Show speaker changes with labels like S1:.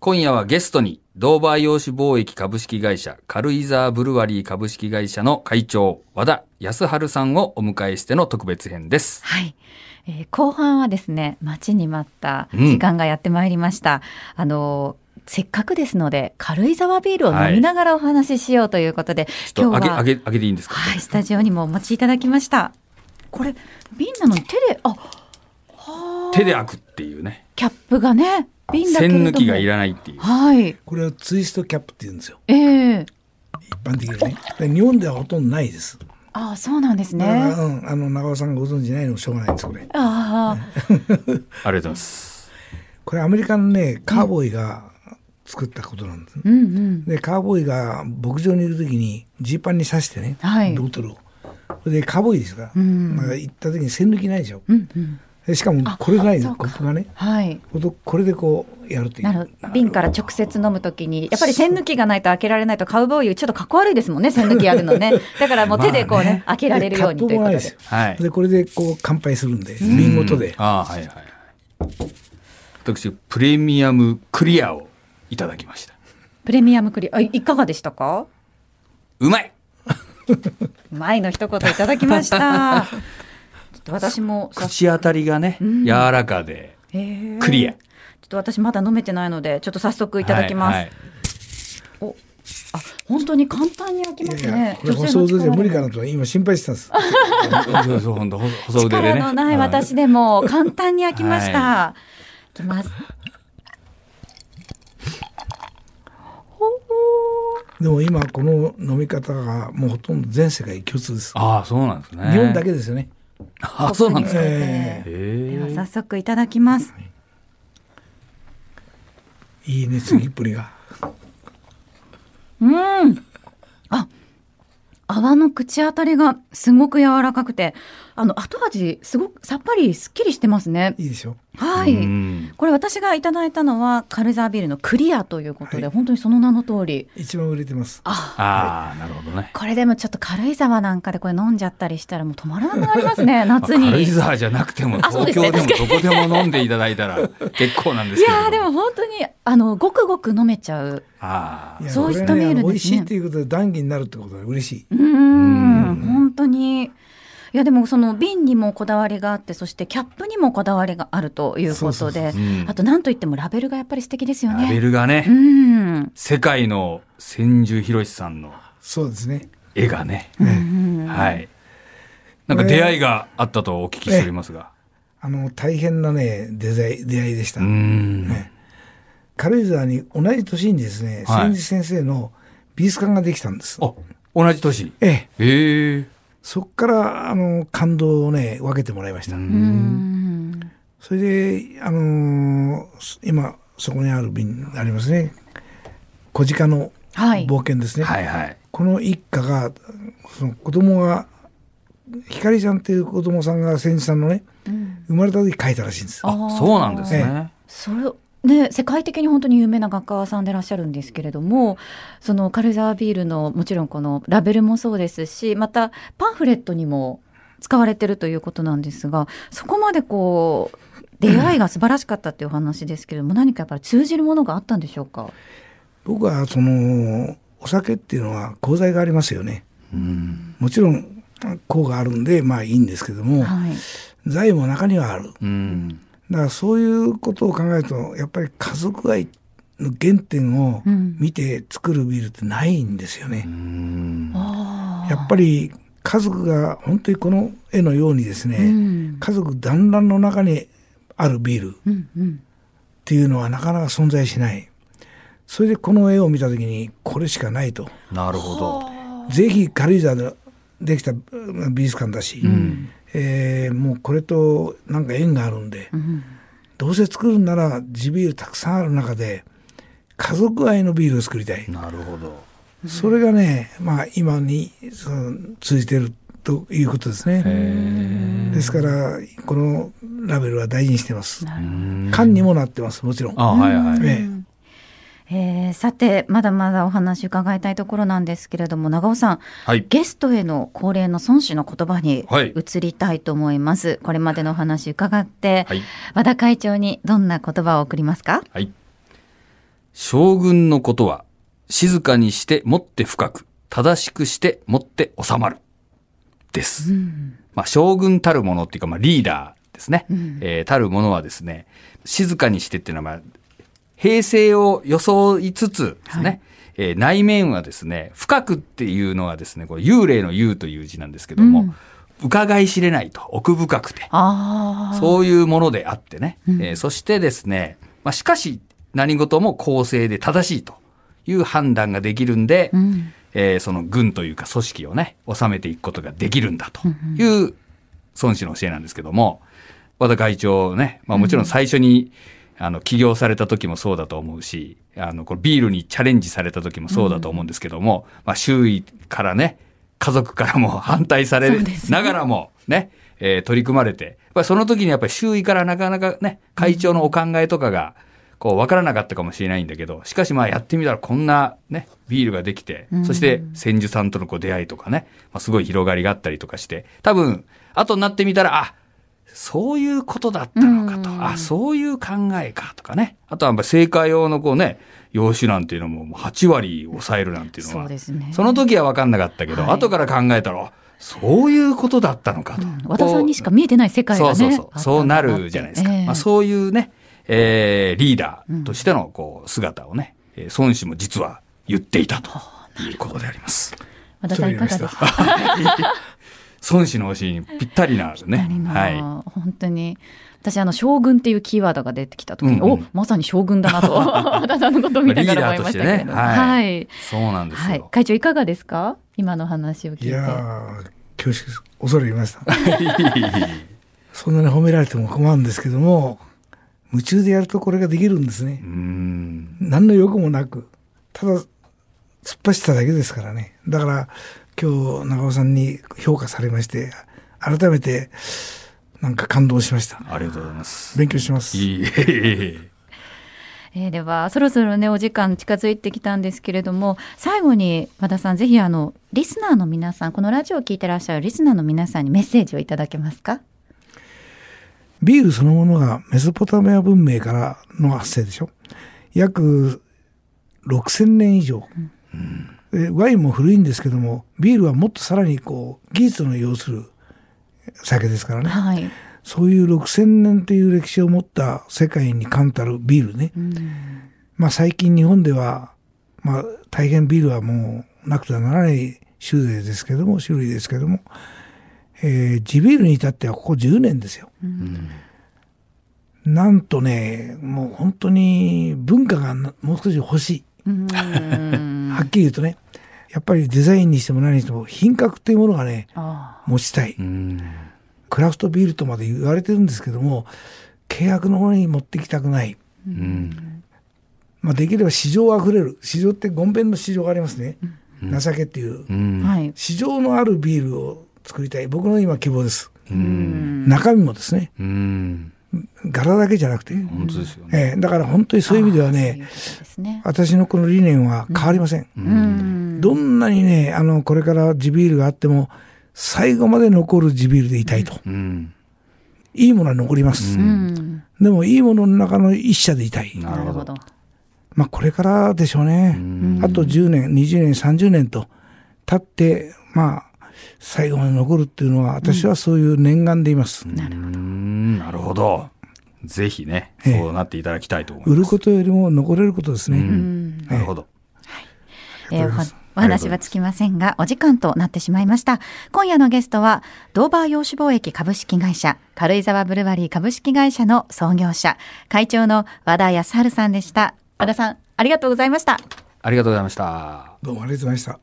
S1: 今夜はゲストに、ドーバー用紙貿易株式会社、軽井沢ブルワリー株式会社の会長、和田康春さんをお迎えしての特別編です。
S2: はい、えー後半はですね待ちに待った時間がやってまいりました、あのーせっかくですので軽井沢ビールを飲みながらお話ししようということで、
S1: ちょっと
S2: 今
S1: あ
S2: 日
S1: げ、
S2: は
S1: あげ、あげていいんですか
S2: はい、スタジオにもお持ちいただきましたこれ瓶なのに手であはあ
S1: 手で開くっていうね。
S2: キャップがね瓶だけれど
S1: 線
S2: も
S1: 抜きがいらないっていう。
S2: はい
S3: これをツイストキャップって言うんですよ
S2: ええ
S3: 一般的にねで日本ではほとんどないです
S2: ああそうなんです
S3: だから、
S2: ね
S3: うん、あの長尾さんがご存知ないのもしょうがないんですこれ
S1: あ
S2: ああ
S1: りがとうございます。
S3: これアメリカのねカーボーイが作ったことなんですね、
S2: うんうん
S3: でカーボーイが牧場にいる時にジーパンに刺してね、
S2: はい
S3: ボトルをそれでカーボーイですから、
S2: うん
S3: まあ、行った時に栓抜きないでしょ
S2: うんうん
S3: でしかも
S2: あ
S3: これがないの
S2: そう
S3: コ
S2: か
S3: ップがね
S2: はい
S3: ほんとこれでこうやるという
S2: なる瓶から直接飲むときにやっぱり栓抜きがないと開けられないとカウボーイちょっとかっこ悪いですもんね栓抜きあるのねだからもう手でこうね,、
S1: まあね
S2: 開けられるようにということ
S3: でカップもない
S2: で
S3: ですよ
S1: はい。
S3: でこれでこう乾杯するんで瓶ごと
S1: うん
S3: で
S1: ああ、はいはいはい。私、プレミアムクリアをいただきました。
S2: プレミアムクリあいいかがでしたか
S1: うまい
S2: 前の一言いただきましたちょっと私もさ
S1: 口当たりがね、
S2: ん
S1: 柔らかで、クリア
S2: ちょっと私まだ飲めてないのでちょっと早速いただきます、
S1: はいはい
S2: おあ本当に簡単に開きます
S3: いやいや
S2: ね
S3: これ放送
S2: 女性の
S3: で
S2: 力
S3: 無理かなと今心配してたんです
S1: そうそう、本当細細腕で
S2: 力
S1: ね。
S2: のない私でも簡単に開きました。いきます。ほほ
S3: でも今この飲み方がもうほとんど全世界共通です
S1: ああ、そうなんですね。
S3: 日本だけですよね
S1: あ、そうなんですか。
S2: ね
S3: え
S1: へ
S2: では
S1: え
S2: 早速いただきます。
S3: いいね次っぷりが
S2: うん。あ、泡の口当たりがすごく柔らかくて、あの後味すごくさっぱりすっきりしてますね。
S3: いいでしょ
S2: はい。
S1: うん
S2: これ私がいただいたのは軽井沢ビールのクリアということで、本当にその名の通り。
S3: 一番売れてます
S2: あ、
S1: ああ、なるほどね。
S2: これでもちょっと軽井沢なんかでこれ飲んじゃったりしたらもう止まらなくなります ね、夏に。
S1: 軽井沢じゃなくても、
S2: あそう
S1: 東
S2: です
S1: 京で
S2: ね
S1: もどこでも飲んでいただいたら結構なんで
S2: い
S1: すけれど。
S2: やーで。も本当にあのごくごく飲めちゃう。
S1: ああ
S3: い。や
S2: そういった
S3: これね
S2: メールですね
S3: あの美味しいっていうことで談義になるってことは嬉しいう
S2: ーん
S1: ん
S2: 本当に。いやでもその瓶にもこだわりがあってそしてキャップにもこだわりがあるという
S3: そ
S2: こ
S3: うそ
S2: と
S3: うそう
S2: で
S1: うん
S2: あと何といってもラベルがやっぱり素敵ですよ
S1: ラベ
S2: ね。
S1: ルが
S2: う
S1: ね、
S2: ん
S1: 世界の千住博さんの
S3: そうですね
S1: 絵がね、
S2: うん
S1: はい。なんか出会いがあったとお聞きしておりますが。
S3: あの大変なねデザイ出会いでした、
S1: うーん。
S3: 軽井沢に同じ年にですね
S1: はい
S3: 千治先生の美術館ができたんです、
S1: あ、同じ年。
S3: ええ
S1: へえ。
S3: そこからあの感動をね分けてもらいました、
S2: うん
S3: それで、あのー今そこにある瓶ありますね小鹿の
S2: はい
S3: 冒険ですね、
S1: はいはい。
S3: この一家がその子供がひかりちゃんっていう子供さんが千治さんのね
S2: うん
S3: 生まれた時書いたらしいんです
S2: あ
S1: あ、そうなんですね。
S2: それね、世界的に本当に有名な画家さんでいらっしゃるんですけれどもその軽井沢ビールのもちろんこのラベルもそうですしまたパンフレットにも使われてるということなんですがそこまでこう出会いが素晴らしかったっていうお話ですけれども、何かやっぱり通じるものがあったんでしょうか
S3: 僕はそのお酒っていうのは功罪がありますよね
S1: うん。
S3: もちろん功があるんでまあいいんですけども
S2: はい、
S3: 財も中にはある
S1: うん。
S3: だからそういうことを考えるとやっぱり家族愛の原点を
S2: うん
S3: 見て作るビールってないんですよね、
S1: うん
S2: あ
S3: やっぱり家族が本当にこの絵のようにですね、
S2: ーうん
S3: 家族団らんの中にあるビールっ
S2: うんうん
S3: ていうのはなかなか存在しないそれでこの絵を見た時にこれしかないと
S1: なるほど。
S3: ぜひ軽井沢でできたうん美術館だし、えーもうこれとなんか縁があるんで、
S2: ん
S3: どうせ作るんなら地ビールたくさんある中で家族愛のビールを作りたい、
S1: なるほど。
S3: それがね、まあ、今にその通じてるということですねですからこのラベルは大事にしてます缶にもなってますもちろん。
S1: あ、はいはい。
S3: ええ
S2: えーさてまだまだお話伺いたいところなんですけれども長尾さん
S1: はい。
S2: ゲストへの恒例の孫子の言葉に
S1: はい
S2: 移りたいと思います。これまでのお話伺って、
S1: はい。
S2: 和田会長にどんな言葉を送りますか。
S1: はい。将軍のことは、静かにしてもって深く、正しくしてもって収まる。です。まあ、将軍たるものっていうか、まあ、リーダーですね。えーたるものはですね、静かにしてっていうのは、まあ、平成を装いつつですね、
S2: はい
S1: えー内面はですね、深くっていうのはですね、これ幽霊の幽という字なんですけども、伺い知れないと、奥深くて、
S2: ああ。
S1: そういうものであってね。えーそしてですね、まあ、しかし何事も公正で正しいという判断ができるんで、
S2: うん。
S1: えーその軍というか組織をね、収めていくことができるんだという孫子の教えなんですけども、和田会長ね、まあもちろん最初に、あの、起業された時もそうだと思うし、あの、これビールにチャレンジされた時もそうだと思うんですけども、まあ周囲からね、家族からも反対され
S2: そうですね
S1: ながらもね、えー取り組まれて、やっぱりその時にやっぱり周囲からなかなかね、会長のお考えとかが、こう、わからなかったかもしれないんだけど、しかしまあやってみたらこんなね、ビールができて、そして千住さんとのこう出会いとかね、まあ、すごい広がりがあったりとかして、多分、後になってみたら、あ、そういうことだったのかと、あ、そういう考えかとかね。あとはやっぱ正解用のこうね、用紙なんていうのももう8割抑えるなんていうのは、
S2: そうですね
S1: その時は分かんなかったけど、
S2: はい
S1: 後から考えたら、あそういうことだったのかと。
S2: 和田さんにしか見えてない世界がね。
S1: そうそうそう。そうなるじゃないですか。まあ、そういうね、えーリーダーとしてのこう姿をね、えー孫子も実は言っていたということであります。
S2: う。和田さんいかがですか
S1: 孫子の教えにぴったりなね。
S2: 何の
S1: は
S2: 本当に。私、あの、将軍っていうキーワードが出てきた時に、
S1: うんうん
S2: お、まさに将軍だな と、和田さんのことを見ながら思いましたけれど。
S1: まあ
S2: は
S1: リ
S2: い
S1: い。。そうなんですよ。
S2: はい。会長、いかがですか今の話を聞い
S3: い
S2: て。
S3: やー、恐縮です。恐れ入りました。 そんなに褒められても困るんですけども、夢中でやるとこれができるんですね
S1: う。ん。
S3: 何の欲もなく、ただ、突っ走っただけですからね。だから、今日、長尾さんに評価されまして、改めて、なんか感動しました。
S1: ありがとうございます。
S3: 勉強します。
S1: いいえいえいえ。
S2: えーではそろそろねお時間近づいてきたんですけれども最後に和田さんぜひあのリスナーの皆さんこのラジオを聞いてらっしゃるリスナーの皆さんにメッセージをいただけますか
S3: ビールそのものがメソポタミア文明からの発生でしょ。約6000年以上。でワインも古いんですけども、ビールはもっとさらにこう、技術の要する酒ですからね。
S2: はい、
S3: そういう6000年という歴史を持った世界に冠たるビールね。
S2: うん
S3: まあ最近日本では、まあ大変ビールはもうなくてはならない種類ですけども、種類ですけども、えー地ビールに至ってはここ10年ですよ。なんとね、もう本当に文化がなもう少し欲し
S2: う
S3: い。
S2: ん
S3: はっきり言うとね、やっぱりデザインにしても何にしても品格っていうものがね、
S2: あ
S3: 持ちたい。
S1: うん。
S3: クラフトビールとまで言われてるんですけども、契約の方に持ってきたくない。
S1: うん。
S3: まあ、できれば市場あふれる。市場ってごんべんの市場がありますね。情けっていう。
S1: うん
S2: あ。はい、
S3: 市場のあるビールを作りたい。僕の今希望です。
S1: うん。
S3: 中身もですね。
S1: うん。
S3: 柄だけじゃなくて。
S1: 本当ですよね。
S3: ええだから本当にそういう意味では
S2: という
S3: ね、
S2: ことですね
S3: 私のこの理念は変わりません。
S2: うん
S3: どんなにね、あの、これから地ビールがあっても、最後まで残る地ビールでいたいと。
S1: うん。
S3: いいものは残ります。
S2: うん
S3: でも、いいものの中の一社でいたい。
S1: な
S2: な
S1: る
S2: る
S1: ほ
S2: ほ
S1: ど
S2: ど。
S3: まあ、これからでしょうね。
S1: うん
S3: あと10年、20年、30年と経って、まあ、最後まで残るっていうのは、私はそういう念願でいます。
S1: うんなるほど。ぜひね、
S3: ええ
S1: そうなっていただきたいと思い
S3: 売
S1: ま
S3: る
S1: す。
S3: ことよりも残れることですね。
S2: うん
S1: なるほど。
S2: えーお
S3: ありがとうございま
S2: は
S3: す
S2: お話はつきませんが、お時間となってしまいました。今夜のゲストは、ドーバー洋酒貿易株式会社、軽井沢ブルワリー株式会社の創業者、会長の和田康春さんでした。和田さん、ありがとうございました。
S1: ありがとうございました。
S3: どうもありがとうございました。